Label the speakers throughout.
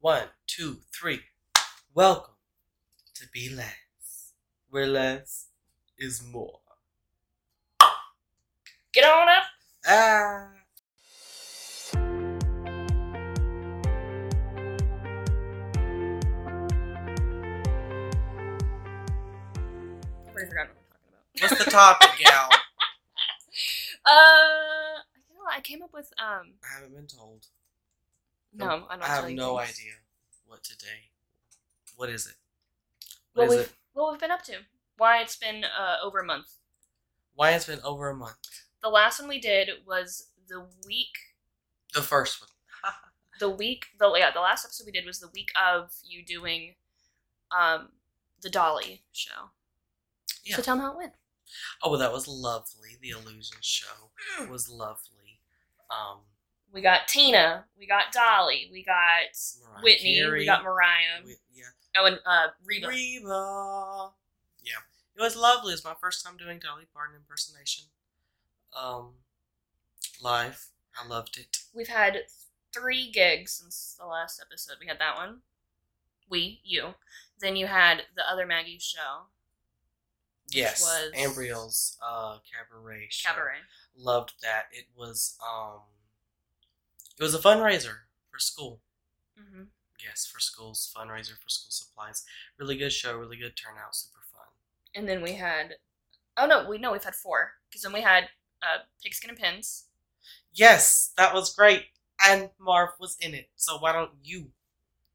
Speaker 1: One, two, three. Welcome to Be Less, where less is more.
Speaker 2: Get on up.
Speaker 1: Ah.
Speaker 2: I already forgot what we're talking about.
Speaker 1: What's the topic, gal?
Speaker 2: Uh, I don't know. I came up with um.
Speaker 1: I haven't been told.
Speaker 2: No,
Speaker 1: Nope.
Speaker 2: I don't.
Speaker 1: Oh, I have
Speaker 2: tell you
Speaker 1: no
Speaker 2: things.
Speaker 1: idea what today. What is it? What
Speaker 2: What
Speaker 1: is
Speaker 2: we've
Speaker 1: it?
Speaker 2: what we've been up to. Why it's been uh, over a month.
Speaker 1: Why it's been over a month?
Speaker 2: The last one we did was the week.
Speaker 1: The first one.
Speaker 2: The week. The yeah. The last episode we did was the week of you doing, um, the Dolly show.
Speaker 1: Yeah.
Speaker 2: So tell them how it went.
Speaker 1: oh, well, that was lovely. The illusion show was lovely. Um,
Speaker 2: We got Tina. We got Dolly. We got
Speaker 1: Mariah
Speaker 2: Whitney.
Speaker 1: Carey.
Speaker 2: We got Mariah.
Speaker 1: we- yeah.
Speaker 2: oh, and uh, Reba.
Speaker 1: Reba. Yeah. It was lovely. It was my first time doing Dolly Parton impersonation. Um live. I loved it.
Speaker 2: We've had three gigs since the last episode. We had that one. We, you. Then you had the other Maggie show,
Speaker 1: Yes.
Speaker 2: was-
Speaker 1: Ambriel's uh cabaret show.
Speaker 2: Cabaret.
Speaker 1: Loved that. It was um it was a fundraiser for school.
Speaker 2: hmm
Speaker 1: Yes, for schools, fundraiser for school supplies. Really good show, really good turnout, super fun.
Speaker 2: And then we had, oh no, we no, we've had four. Because then we had uh, Pigskin and Pins.
Speaker 1: Yes, that was great. And Marv was in it. So why don't you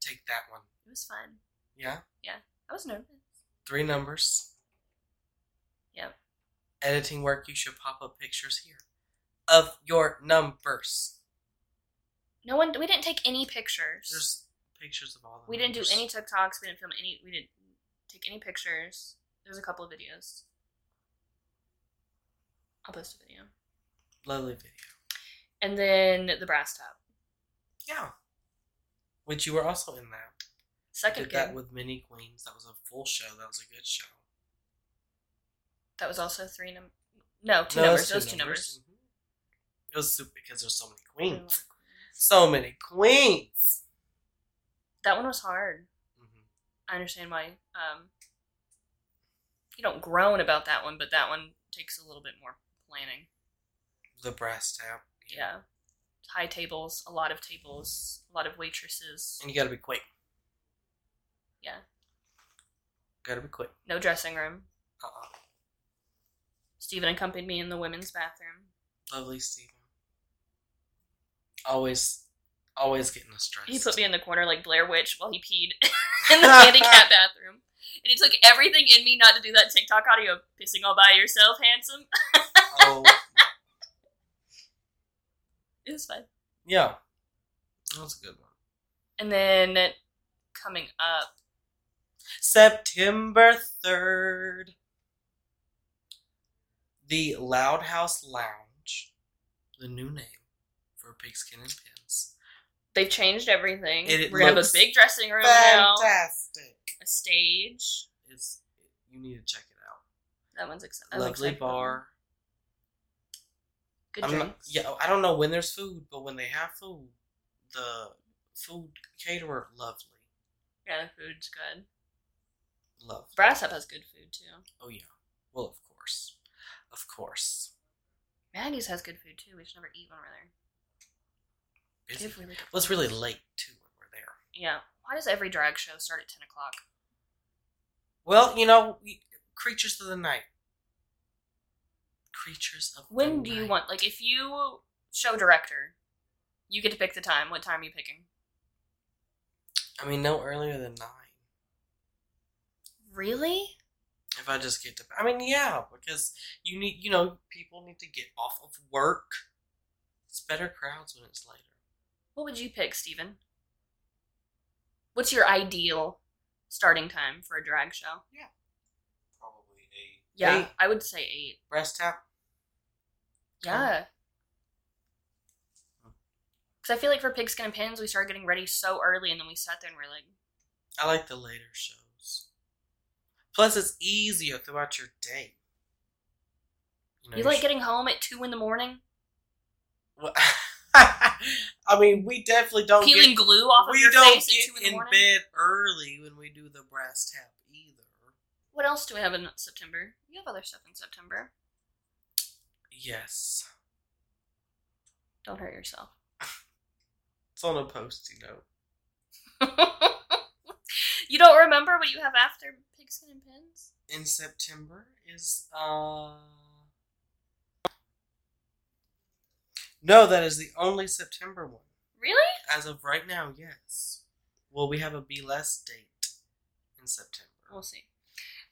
Speaker 1: take that one?
Speaker 2: It was fun.
Speaker 1: Yeah?
Speaker 2: I was nervous.
Speaker 1: three numbers.
Speaker 2: Yep.
Speaker 1: Editing work, you should pop up pictures here of your numbers.
Speaker 2: No one, we didn't take any pictures.
Speaker 1: There's pictures of all the
Speaker 2: we didn't do
Speaker 1: numbers.
Speaker 2: any TikToks. We didn't film any. We didn't take any pictures. There's a couple of videos. I'll post a video.
Speaker 1: lovely video.
Speaker 2: And then the brass top.
Speaker 1: Yeah. Which you were also in that.
Speaker 2: Second
Speaker 1: Did
Speaker 2: gig.
Speaker 1: that with Mini Queens. That was a full show. That was a good show.
Speaker 2: That was also three num no two
Speaker 1: No, it
Speaker 2: numbers.
Speaker 1: was
Speaker 2: Those two numbers.
Speaker 1: Mhm. It was super because there's so many queens. So many queens.
Speaker 2: That one was hard.
Speaker 1: hmm
Speaker 2: I understand why. Um, you don't groan about that one, but that one takes a little bit more planning.
Speaker 1: The brass tap.
Speaker 2: Yeah, high tables, a lot of tables, a lot of waitresses.
Speaker 1: And you gotta be quick.
Speaker 2: Yeah.
Speaker 1: Gotta be quick.
Speaker 2: No dressing room.
Speaker 1: Uh uh
Speaker 2: Stephen accompanied me in the women's bathroom.
Speaker 1: Lovely Steven. Always, always getting us dressed.
Speaker 2: He put me in the corner like Blair Witch while he peed in the handicap bathroom. And it took everything in me not to do that TikTok audio of pissing all by yourself, handsome.
Speaker 1: oh,
Speaker 2: It was fun.
Speaker 1: yeah. That was a good one.
Speaker 2: And then coming up,
Speaker 1: September 3rd. The Loud House Lounge, the new name for Pigskin and Pins.
Speaker 2: they've changed everything.
Speaker 1: It- it
Speaker 2: We're gonna have a
Speaker 1: looks
Speaker 2: big dressing room now,
Speaker 1: Fantastic.
Speaker 2: a stage.
Speaker 1: It's you need to check it out.
Speaker 2: That one's ex- I was
Speaker 1: Lovely
Speaker 2: excited about that one.
Speaker 1: bar.
Speaker 2: Good
Speaker 1: I'm not-
Speaker 2: drinks.
Speaker 1: yeah, I don't know when there's food, but when they have food, the food caterer lovely,
Speaker 2: yeah, the food's good.
Speaker 1: lovely.
Speaker 2: Brass Up has good food too.
Speaker 1: Oh yeah. Well, of course, of course.
Speaker 2: Maggie's has good food too. We should never eat when we're there.
Speaker 1: It's,
Speaker 2: They have really good
Speaker 1: well, it's
Speaker 2: food.
Speaker 1: really late too when we're there.
Speaker 2: yeah. Why does every drag show start at ten o'clock?
Speaker 1: Oh Well, you know, we, creatures of the night. Creatures of.
Speaker 2: When
Speaker 1: the
Speaker 2: do you
Speaker 1: night.
Speaker 2: want? Like, if you show director, you get to pick the time. What time are you picking?
Speaker 1: I mean, no earlier than nine.
Speaker 2: Really?
Speaker 1: If I just get to, I mean, yeah, because you need, you know, people need to get off of work. It's better crowds when it's later.
Speaker 2: What would you pick, Steven? What's your ideal starting time for a drag show?
Speaker 1: Probably eight.
Speaker 2: Yeah,
Speaker 1: Eight.
Speaker 2: I would say eight.
Speaker 1: Breast tap.
Speaker 2: Yeah. Because I feel like for Pigskin and Pins, we started getting ready so early, and then we sat there and we are like,
Speaker 1: I like the later shows. Plus, it's easier throughout your day. know,
Speaker 2: "You
Speaker 1: your
Speaker 2: like getting home at two in the morning?"
Speaker 1: Well, I mean, we definitely don't
Speaker 2: Peeling
Speaker 1: Oh, get,
Speaker 2: glue off of
Speaker 1: we
Speaker 2: your
Speaker 1: don't
Speaker 2: face at
Speaker 1: get
Speaker 2: 2 in the
Speaker 1: in
Speaker 2: morning.
Speaker 1: bed early when we do the brass tap either.
Speaker 2: What else do we have in September? We have other stuff in September.
Speaker 1: Yes,
Speaker 2: Don't hurt yourself.
Speaker 1: it's on a post-it note.
Speaker 2: you don't remember what you have after pigskin and pins?
Speaker 1: In September is uh. No, that is the only September one.
Speaker 2: Really?
Speaker 1: As of right now, yes. Well, we have a Be Less date in September.
Speaker 2: We'll see.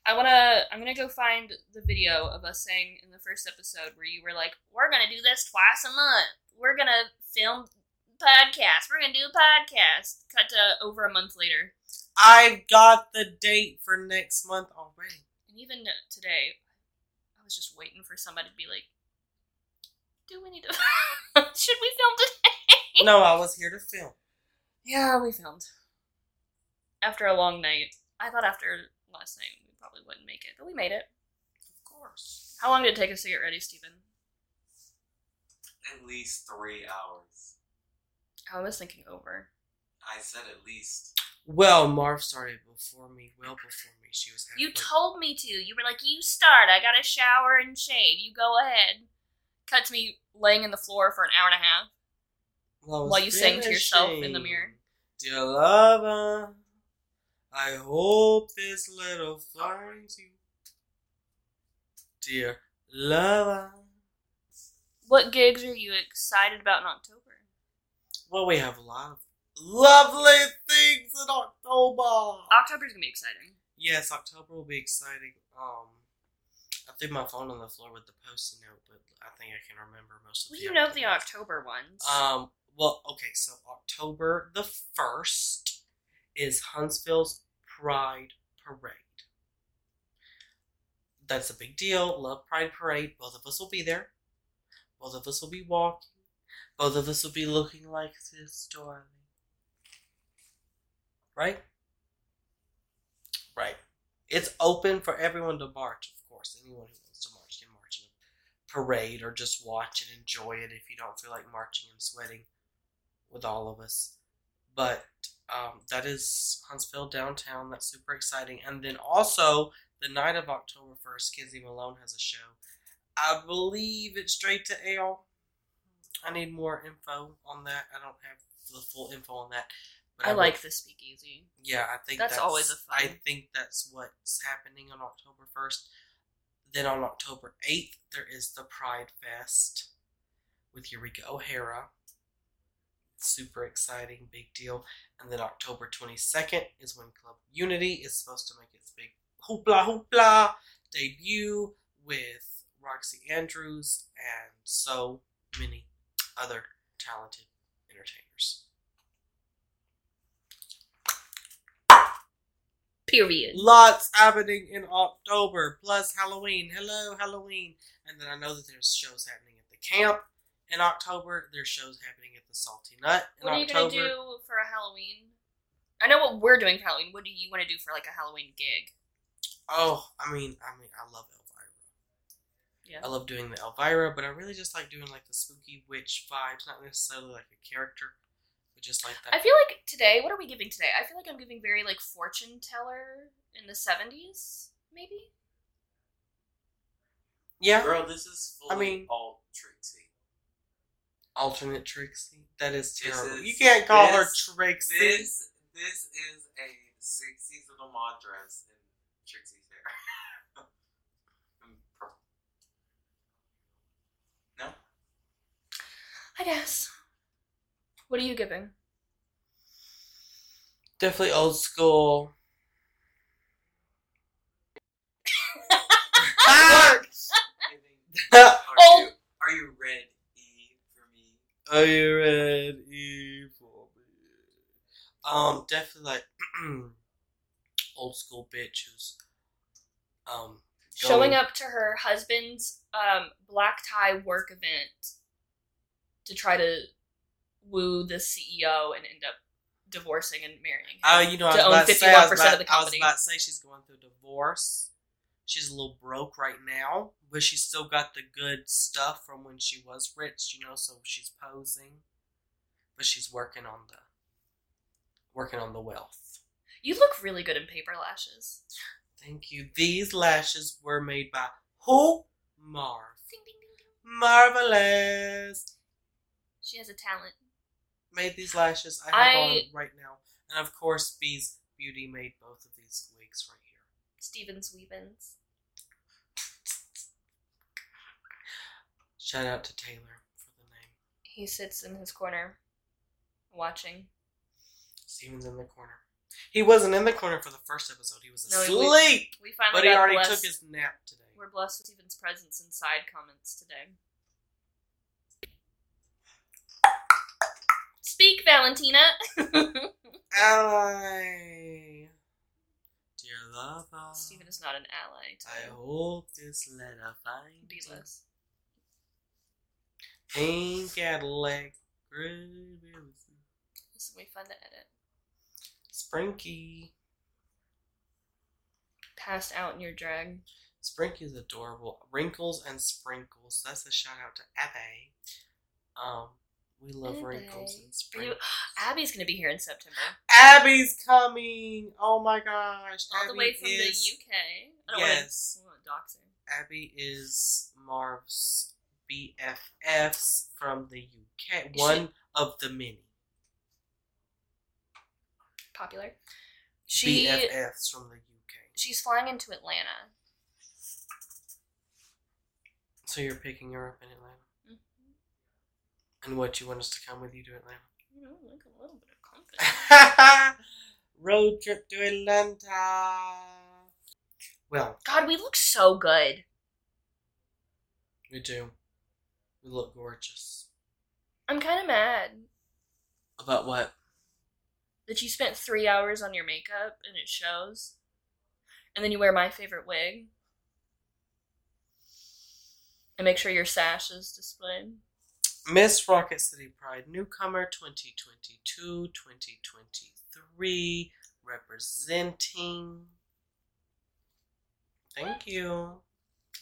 Speaker 2: I wanna. I'm gonna go find the video of us saying in the first episode where you were like, "We're gonna do this twice a month. We're gonna film podcast. We're gonna do a podcast." Cut to over a month later,
Speaker 1: I've got the date for next month already.
Speaker 2: and even today, I was just waiting for somebody to be like, "Do we need to? Should we film today?"
Speaker 1: No, I was here to film.
Speaker 2: Yeah, we filmed after a long night. I thought after last night we probably wouldn't make it, but we made it.
Speaker 1: Of course.
Speaker 2: How long did it take us to get ready, Stephen?
Speaker 3: At least three hours.
Speaker 2: Oh, I was thinking over.
Speaker 3: I said at least.
Speaker 1: Well, Marv started before me, well before me. She was halfway.
Speaker 2: You told me to. You were like, you start. I gotta shower and shave. You go ahead. Cut to me laying in the floor for an hour and a half.
Speaker 1: Well, I was
Speaker 2: while you sang to yourself in the mirror.
Speaker 1: finishing. Dear lover, I hope this little finds you. Dear lover.
Speaker 2: What gigs are you excited about in October?
Speaker 1: Well, we have a lot of lovely things in October.
Speaker 2: October's gonna be exciting.
Speaker 1: Yes, October will be exciting. Um, I threw my phone on the floor with the post-it note, but I think I can remember most of
Speaker 2: Well,
Speaker 1: the.
Speaker 2: you know the
Speaker 1: October.
Speaker 2: October ones.
Speaker 1: Um. Well, okay. So October the first is Huntsville's Pride Parade. That's a big deal. Love Pride Parade. Both of us will be there. Both of us will be walking. Both of us will be looking like this, darling. Right? Right. It's open for everyone to march, of course. Anyone who wants to march can march in a parade or just watch and enjoy it if you don't feel like marching and sweating with all of us. But um, that is Huntsville downtown. That's super exciting. And then also, the night of October 1st, Kenzie Malone has a show. I believe it's straight to Ale. I need more info on that. I don't have the full info on that. But
Speaker 2: I
Speaker 1: will-
Speaker 2: like the speakeasy.
Speaker 1: yeah, I think
Speaker 2: That's always a
Speaker 1: I
Speaker 2: fun.
Speaker 1: think that's what's happening on October first. Then on October eighth, there is the Pride Fest with Eureka O'Hara. Super exciting, big deal. And then October twenty second is when Club Unity is supposed to make its big hoopla hoopla debut with Roxy Andrews and so many other talented entertainers.
Speaker 2: Period.
Speaker 1: Lots happening in October, plus Halloween. Hello, Halloween. And then I know that there's shows happening at the camp in October. There's shows happening at the Salty Nut in
Speaker 2: What are you
Speaker 1: October.
Speaker 2: gonna do for a Halloween? I know what we're doing for Halloween. What do you want to do for like a Halloween gig?
Speaker 1: Oh, I mean, I mean, I love Elvira.
Speaker 2: Yeah.
Speaker 1: I love doing the Elvira, but I really just like doing like the spooky witch vibes, not necessarily like a character, but just like that.
Speaker 2: I feel like today, what are we giving today? I feel like I'm giving very like fortune teller in the 70s, maybe?
Speaker 1: yeah.
Speaker 3: Girl, this is fully
Speaker 1: I mean-
Speaker 3: all Trixie.
Speaker 1: Alternate Trixie. That is
Speaker 3: This
Speaker 1: terrible.
Speaker 3: is-
Speaker 1: you can't call
Speaker 3: this-
Speaker 1: her Trixie.
Speaker 3: This this is a sixties little mom dress in Trixie's hair. Mm, purple. no?
Speaker 2: I guess. What are you giving?
Speaker 1: Definitely old school.
Speaker 3: Are
Speaker 2: Oh.
Speaker 3: you are you red E for me?
Speaker 1: Are you red evil? Um, definitely like old school bitch who's um
Speaker 2: Showing up to her husband's um, black tie work event to try to woo the CEO and end up divorcing and marrying him.
Speaker 1: Oh, you know, I
Speaker 2: to
Speaker 1: was
Speaker 2: own
Speaker 1: about to say, I was
Speaker 2: 51% of
Speaker 1: about-
Speaker 2: the
Speaker 1: I was
Speaker 2: company.
Speaker 1: about to say she's going through a divorce. She's a little broke right now, but she's still got the good stuff from when she was rich, you know. So she's posing. but she's working on the working on the wealth.
Speaker 2: You look really good in paper lashes.
Speaker 1: Thank you. These lashes were made by who? Marv.
Speaker 2: Ding, ding, ding, ding.
Speaker 1: Marvelous.
Speaker 2: She has a talent.
Speaker 1: Made these lashes. I have
Speaker 2: I-
Speaker 1: on right now, and of course, Bee's Beauty made both of these wigs right here.
Speaker 2: Stevens Weavins.
Speaker 1: Shout out to Taylor for the name.
Speaker 2: He sits in his corner, watching.
Speaker 1: Steven's in the corner. He wasn't in the corner for the first episode. He was
Speaker 2: No, he-
Speaker 1: asleep,
Speaker 2: We finally
Speaker 1: but he
Speaker 2: got
Speaker 1: already
Speaker 2: blessed.
Speaker 1: took his nap today.
Speaker 2: We're blessed with Stevens' presence and side comments today. Speak, Valentina.
Speaker 1: Ally, dear lover,
Speaker 2: Steven is not an ally.
Speaker 1: I
Speaker 2: To
Speaker 1: hope this letter finds you.
Speaker 2: Beatles.
Speaker 1: Pink Cadillac, gray Bentley,
Speaker 2: This will be fun to edit.
Speaker 1: Sprinky.
Speaker 2: Passed out in your drag.
Speaker 1: Sprinky's adorable. Wrinkles and sprinkles. That's a shout out to Abby. Um, we love
Speaker 2: Abby.
Speaker 1: wrinkles and
Speaker 2: Are you-
Speaker 1: sprinkles.
Speaker 2: Abby's gonna be here in September,
Speaker 1: Abby's coming! Oh my gosh!
Speaker 2: all the
Speaker 1: Abby
Speaker 2: way from
Speaker 1: is-
Speaker 2: the UK. I don't
Speaker 1: Yes.
Speaker 2: want to dox her.
Speaker 1: Abby is Marv's BFFs from the UK.
Speaker 2: She-
Speaker 1: One of the many
Speaker 2: Popular. She
Speaker 1: BFFs from the UK.
Speaker 2: she's flying into Atlanta.
Speaker 1: So you're picking her up in Atlanta,
Speaker 2: Mm-hmm.
Speaker 1: and what you want us to come with you to
Speaker 2: You know, like a little bit of confidence.
Speaker 1: Atlanta? Road trip to Atlanta. Well,
Speaker 2: God, we look so good.
Speaker 1: we do. We look gorgeous.
Speaker 2: I'm kind of mad
Speaker 1: About what?
Speaker 2: that you spent three hours on your makeup and it shows, and then you wear my favorite wig, and make sure your sash is displayed.
Speaker 1: Miss Rocket City Pride newcomer 2022 2023 representing. Thank you.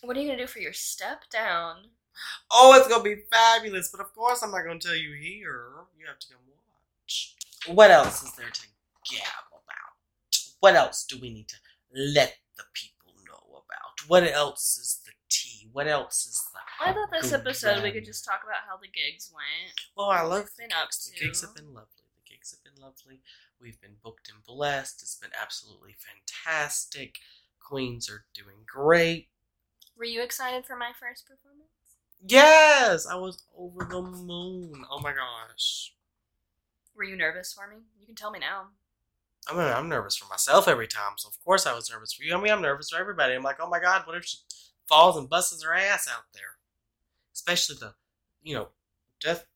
Speaker 2: What are you gonna do for your step down?
Speaker 1: Oh, it's gonna be fabulous, but of course, I'm not gonna tell you here. You have to come watch. What else is there to gab about? What else do we need to let the people know about? What else is the tea? What else is the.
Speaker 2: I thought this
Speaker 1: Good
Speaker 2: episode we
Speaker 1: job.
Speaker 2: could just talk about how the gigs went.
Speaker 1: Oh, I love
Speaker 2: Been up
Speaker 1: The gigs have
Speaker 2: to.
Speaker 1: been lovely. The gigs have been lovely. We've been booked and blessed. It's been absolutely fantastic. Queens are doing great.
Speaker 2: Were you excited for my first performance?
Speaker 1: Yes, I was over the moon. Oh my gosh.
Speaker 2: Were you nervous for me? You can tell me now.
Speaker 1: I mean, I'm nervous for myself every time, so of course I was nervous for you. I mean, I'm nervous for everybody. I'm like, oh my god, what if she falls and busts her ass out there? Especially the, you know, death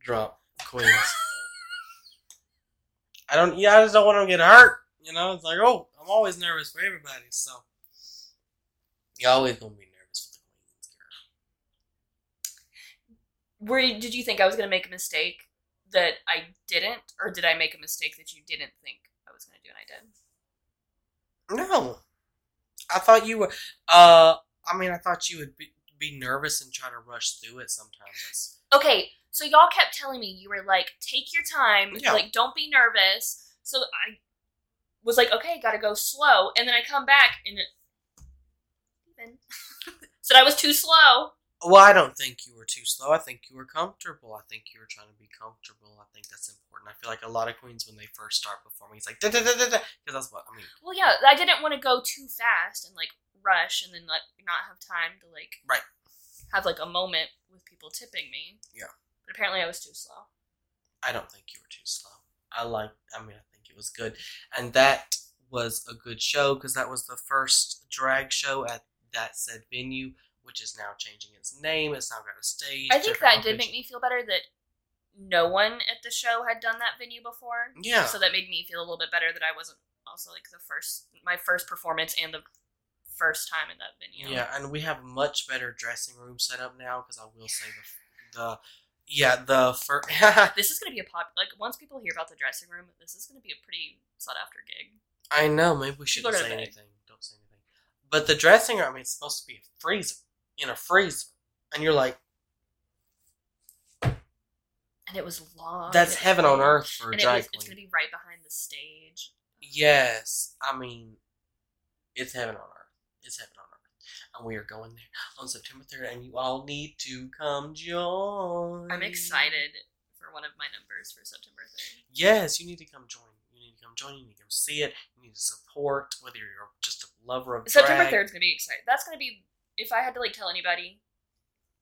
Speaker 1: drop queens. I don't, yeah, I just don't want them to get hurt. You know, it's like, oh, I'm always nervous for everybody, so. You're always gonna be nervous for the queens, girl.
Speaker 2: Were you, did you think I was going to make a mistake that I didn't, or did I make a mistake that you didn't think I was going to do and I did?
Speaker 1: No. I thought you were, uh, I mean, I thought you would be, be nervous and try to rush through it sometimes. That's-
Speaker 2: Okay, so y'all kept telling me you were like, take your time,
Speaker 1: Yeah.
Speaker 2: like don't be nervous. So I was like, okay, gotta go slow, and then I come back and it Then- said I was too slow.
Speaker 1: Well, I don't think you were too slow. I think you were comfortable. I think you were trying to be comfortable. I think that's important. I feel like a lot of queens when they first start performing, it's like da da da da da, because that's what I mean.
Speaker 2: Well, yeah, I didn't want to go too fast and like rush and then like not have time to like
Speaker 1: Right.
Speaker 2: have like a moment with people tipping me.
Speaker 1: Yeah.
Speaker 2: but apparently I was too slow.
Speaker 1: I don't think you were too slow. I like. I mean, I think it was good, and that was a good show because that was the first drag show at that said venue, which is now changing its name. It's now got a stage.
Speaker 2: I think
Speaker 1: different
Speaker 2: that did
Speaker 1: location.
Speaker 2: make me feel better that no one at the show had done that venue before.
Speaker 1: Yeah.
Speaker 2: So that made me feel a little bit better that I wasn't also like the first my first performance and the first time in that venue.
Speaker 1: Yeah, and we have much better dressing room set up now because I will say the, the yeah the first.
Speaker 2: This is gonna be a pop like once people hear about the dressing room, this is gonna be a pretty sought after gig.
Speaker 1: I know. Maybe we
Speaker 2: People
Speaker 1: shouldn't
Speaker 2: are
Speaker 1: say
Speaker 2: gonna beg.
Speaker 1: anything. Don't say anything. But the dressing room, I mean, it's supposed to be a freezer in a freezer, and you're like,
Speaker 2: and it was long.
Speaker 1: That's
Speaker 2: and
Speaker 1: heaven on
Speaker 2: long,
Speaker 1: earth for a
Speaker 2: Oh, And it
Speaker 1: drag
Speaker 2: was,
Speaker 1: queen.
Speaker 2: it's gonna be right behind the stage.
Speaker 1: Yes, I mean, it's heaven on earth. It's heaven on earth, and we are going there on September third. And you all need to come join.
Speaker 2: I'm excited for one of my numbers for September 3rd.
Speaker 1: Yes, you need to come join. You need to come join. You need to come see it. You need to support. Whether you're just a lover of
Speaker 2: September
Speaker 1: drag.
Speaker 2: 3rd is gonna be exciting. That's gonna be if I had to like tell anybody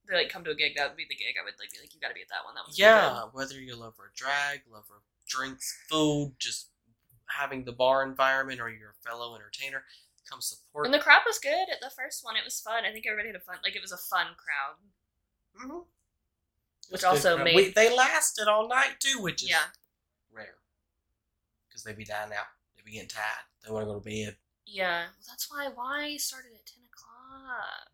Speaker 2: to like come to a gig, that would be the gig. I would like be like, you gotta be at that one. That one's gonna be
Speaker 1: Yeah, whether you're a lover of drag, lover of drinks, food, just having the bar environment, or you're a fellow entertainer, come
Speaker 2: good.
Speaker 1: support.
Speaker 2: And the crowd was good at the first one. It was fun. I think everybody had a fun like it was a fun crowd.
Speaker 1: Mhm.
Speaker 2: Which
Speaker 1: It's
Speaker 2: also
Speaker 1: good.
Speaker 2: made-
Speaker 1: We- they lasted all night too, which is
Speaker 2: yeah.
Speaker 1: rare because they be dying out. They be getting tired. They want to go to bed.
Speaker 2: Yeah. Well, that's why why started at ten o'clock.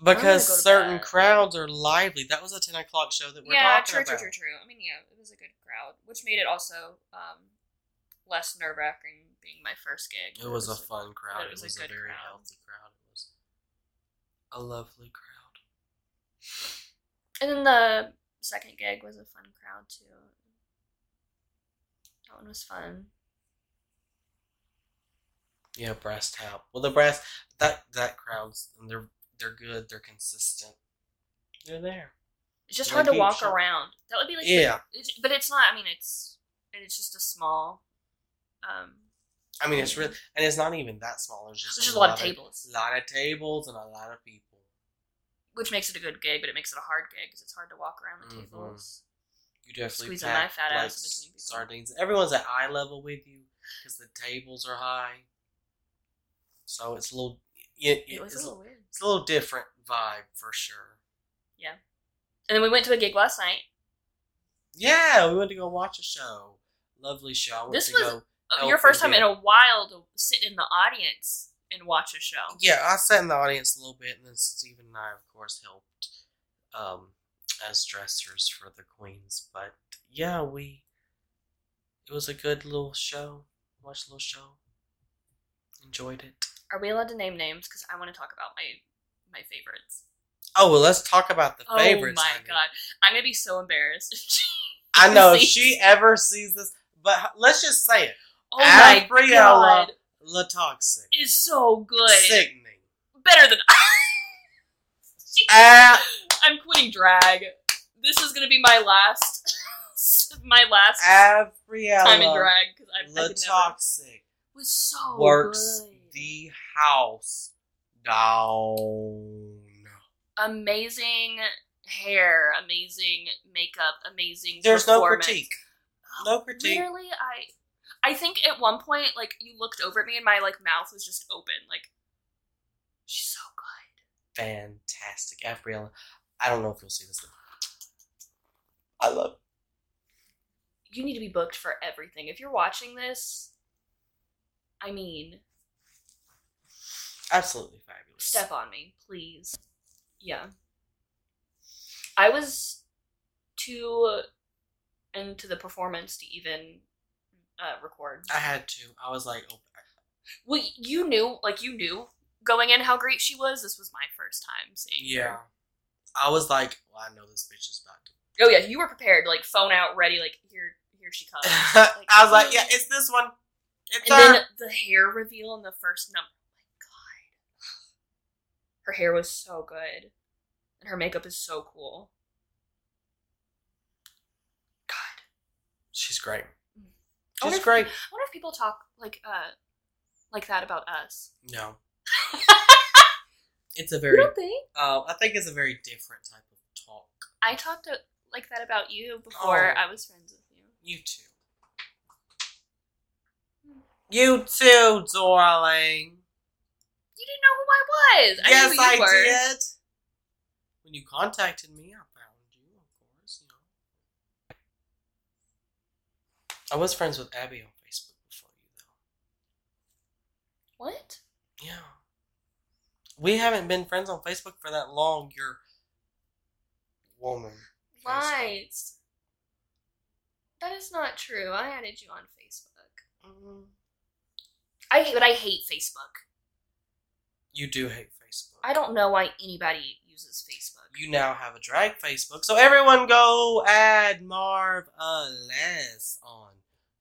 Speaker 1: Because
Speaker 2: go to
Speaker 1: certain
Speaker 2: bed.
Speaker 1: crowds are lively. That was a ten o'clock show that we're
Speaker 2: yeah,
Speaker 1: talking
Speaker 2: true,
Speaker 1: about.
Speaker 2: true, true, true. I mean, yeah, it was a good crowd, which made it also um, less nerve wracking being my first gig.
Speaker 1: It was a fun crowd.
Speaker 2: it
Speaker 1: It was,
Speaker 2: was a
Speaker 1: a,
Speaker 2: good
Speaker 1: very
Speaker 2: crowd.
Speaker 1: healthy crowd. It was a lovely crowd.
Speaker 2: And then the second gig was a fun crowd too. That one was fun.
Speaker 1: Yeah, brass tap. Well, the brass that that crowds and they're they're good. They're consistent. They're there.
Speaker 2: It's just
Speaker 1: Like
Speaker 2: hard to
Speaker 1: each-
Speaker 2: walk around. That would be like
Speaker 1: Yeah.
Speaker 2: it's, but it's not. I mean, it's and it's just a small. Um,
Speaker 1: I mean, it's really and it's not even that small. There's just
Speaker 2: there's just a lot of tables,
Speaker 1: A lot of tables and a lot of people.
Speaker 2: which makes it a good gig, but it makes it a hard gig because it's hard to walk around the
Speaker 1: Mhm.
Speaker 2: tables.
Speaker 1: You definitely
Speaker 2: Squeezing my
Speaker 1: pack,
Speaker 2: fat
Speaker 1: like,
Speaker 2: ass in between people.
Speaker 1: Sardines. Everyone's at eye level with you because the tables are high. So it's a little. It,
Speaker 2: It was a
Speaker 1: it's,
Speaker 2: little weird.
Speaker 1: it's a little different vibe for sure.
Speaker 2: And then we went to a gig last night.
Speaker 1: Yeah, we went to go watch a show. Lovely show. I went
Speaker 2: This
Speaker 1: to
Speaker 2: was-
Speaker 1: go-
Speaker 2: Uh,
Speaker 1: Oh,
Speaker 2: Your first time
Speaker 1: yeah.
Speaker 2: in a while to sit in the audience and watch a show.
Speaker 1: Yeah, I sat in the audience a little bit, and then Stephen and I, of course, helped um, as dressers for the queens. But yeah, we it was a good little show. Watched a little show. Enjoyed it.
Speaker 2: Are we allowed to name names? Because I want to talk about my my favorites.
Speaker 1: Oh well, let's talk about the favorites.
Speaker 2: oh my
Speaker 1: honey.
Speaker 2: god, I'm gonna be so embarrassed. if she
Speaker 1: I know if
Speaker 2: sees-
Speaker 1: she ever sees this, but h- let's just say it:
Speaker 2: Oh my
Speaker 1: Gabriella.
Speaker 2: god,
Speaker 1: La Toxic,
Speaker 2: is so good,
Speaker 1: sickening,
Speaker 2: better than. She-
Speaker 1: Ah,
Speaker 2: I'm quitting drag. This is gonna be my last, my last
Speaker 1: Gabriella
Speaker 2: time in drag because I, I could
Speaker 1: La
Speaker 2: never.
Speaker 1: Toxic.
Speaker 2: was so
Speaker 1: works
Speaker 2: Oh, good.
Speaker 1: the house down.
Speaker 2: amazing hair, amazing makeup, amazing.
Speaker 1: There's no
Speaker 2: performance.
Speaker 1: critique. No critique.
Speaker 2: Literally, I, I think at one point, like you looked over at me and my like mouth was just open. Like, she's so good.
Speaker 1: Fantastic. Gabriella, I don't know if you'll see this. I love
Speaker 2: You need to be booked for everything. If you're watching this, I mean,
Speaker 1: absolutely fabulous.
Speaker 2: step on me, please. Yeah. I was too into the performance to even uh, record.
Speaker 1: I had to. I was like, oh,
Speaker 2: Well, you knew, like you knew going in how great she was. This was my first time seeing
Speaker 1: yeah.
Speaker 2: her.
Speaker 1: I was like, well, I know this bitch is about to.
Speaker 2: Oh yeah, you were prepared, like phone out, ready, like here, here she comes.
Speaker 1: I was like, yeah, it's this one. It's
Speaker 2: And
Speaker 1: her.
Speaker 2: then the hair reveal in the first number. Oh my god, her hair was so good, and her makeup is so cool. God,
Speaker 1: She's great.
Speaker 2: I wonder
Speaker 1: She's
Speaker 2: if-
Speaker 1: great.
Speaker 2: I wonder if people talk like uh, like that about us.
Speaker 1: No. it's a
Speaker 2: You
Speaker 1: very.
Speaker 2: don't think?
Speaker 1: Uh, I think it's a very different type of talk.
Speaker 2: I talked uh, like that about you before
Speaker 1: Oh.
Speaker 2: I was friends with you.
Speaker 1: You too. You too, darling.
Speaker 2: You didn't know who I was. I
Speaker 1: yes,
Speaker 2: knew who
Speaker 1: I
Speaker 2: you were.
Speaker 1: did. When you contacted me, I found you, of course. You know. I was friends with Abby on Facebook before you,
Speaker 2: What?
Speaker 1: though. Yeah. We haven't been friends on Facebook for that long. You're woman.
Speaker 2: Lies. That is not true. I added you on Facebook. Mm-hmm.
Speaker 1: Mm,
Speaker 2: I hate, but I hate Facebook.
Speaker 1: You do hate Facebook.
Speaker 2: I don't know why anybody uses uses Facebook.
Speaker 1: You now have a drag Facebook. So everyone go add Marv Aless on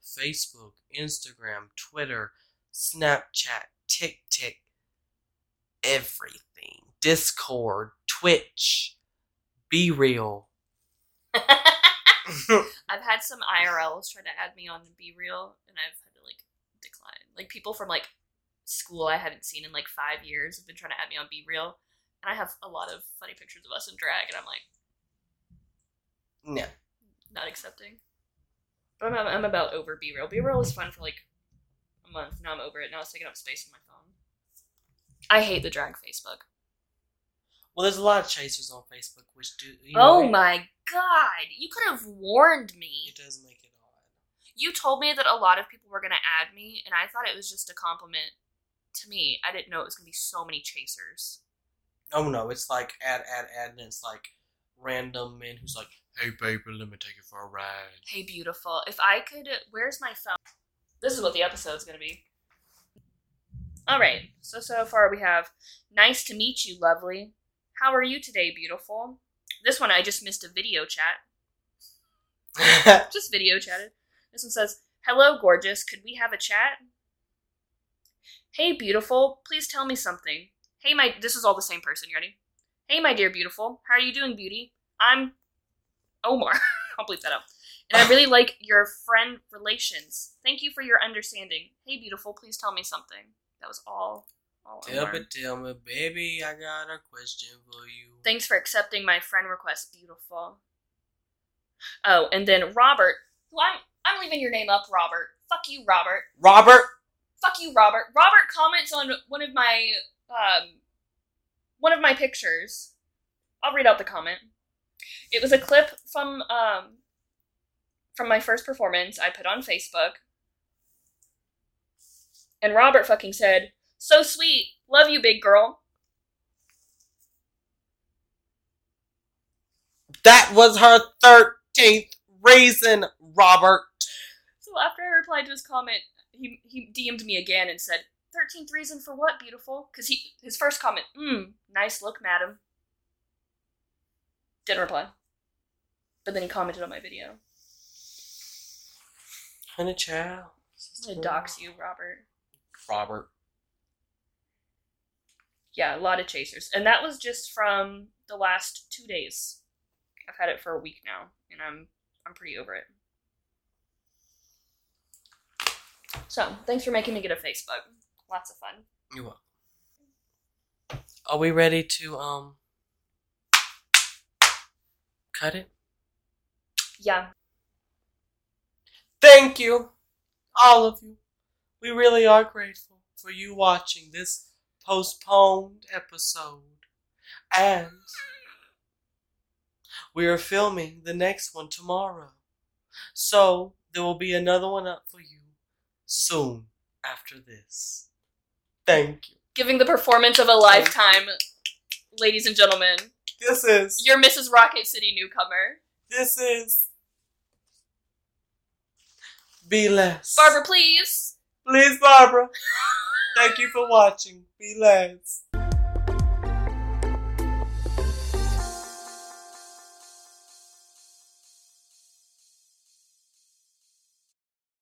Speaker 1: Facebook, Instagram, Twitter, Snapchat, TikTok, everything. Discord, Twitch, Be Real.
Speaker 2: I've had some IRLs try to add me on to Be Real, and I've had to like decline. Like people from like school I haven't seen in like five years have been trying to add me on Be Real, and I have a lot of funny pictures of us in drag, and I'm like
Speaker 1: no.
Speaker 2: not accepting. But I'm, I'm about over Be Real. Be Real was fun for like a month. Now I'm over it. Now it's taking up space on my phone. I hate the drag Facebook.
Speaker 1: Well, there's a lot of chasers on Facebook, which do. You know,
Speaker 2: oh
Speaker 1: it-
Speaker 2: my god! You could have warned me.
Speaker 1: It does make it odd.
Speaker 2: You told me that a lot of people were going to add me, and I thought it was just a compliment to me. I didn't know it was going to be so many chasers.
Speaker 1: Oh no, it's like add, add, add, and it's like random men who's like, hey, baby, let me take you for a ride.
Speaker 2: Hey, beautiful. If I could, where's my phone? This is what the episode's going to be. All right. So so far we have nice to meet you, lovely. How are you today, beautiful? This one I just missed a video chat. Just video chatted. This one says, "Hello, gorgeous. Could we have a chat?" Hey, beautiful. Please tell me something. Hey, my. This is all the same person. You ready? Hey, my dear beautiful. How are you doing, beauty? I'm Omar. I'll bleep that out. And I really like your friend relations. Thank you for your understanding. Hey, beautiful. Please tell me something. That was all. all
Speaker 1: Tell
Speaker 2: Omar.
Speaker 1: me, tell me, baby, I got a question for you.
Speaker 2: Thanks for accepting my friend request, beautiful. Oh, and then Robert, who I'm I'm leaving your name up, Robert. Fuck you, Robert.
Speaker 1: Robert,
Speaker 2: Fuck you, Robert. Robert comments on one of my um one of my pictures. I'll read out the comment. It was a clip from um from my first performance I put on Facebook. And Robert fucking said, "So sweet. Love you, big girl."
Speaker 1: that was her 13th reason, Robert.
Speaker 2: So after I replied to his comment, he he DM'd me again and said, 13th reason for what, beautiful? Because he his first comment, mmm, nice look, madam. Didn't reply. But then he commented on my video.
Speaker 1: Honey, child.
Speaker 2: I'm gonna dox you, Robert.
Speaker 1: Robert.
Speaker 2: Yeah, a lot of chasers. And that was just from the last two days. I've had it for a week now, and I'm I'm pretty over it. So, thanks for making me get a Facebook. Lots of fun.
Speaker 1: You welcome. Are we ready to, um, cut it?
Speaker 2: Yeah,
Speaker 1: Thank you, all of you. We really are grateful for you watching this postponed episode. And we are filming the next one tomorrow. So there will be another one up for you soon after this. Thank you.
Speaker 2: giving the performance of a lifetime, ladies and gentlemen.
Speaker 1: This is.
Speaker 2: You're Mrs. Rocket City newcomer.
Speaker 1: This is. Be less.
Speaker 2: Barbara, please.
Speaker 1: Please, Barbara. Thank you for watching. Be less.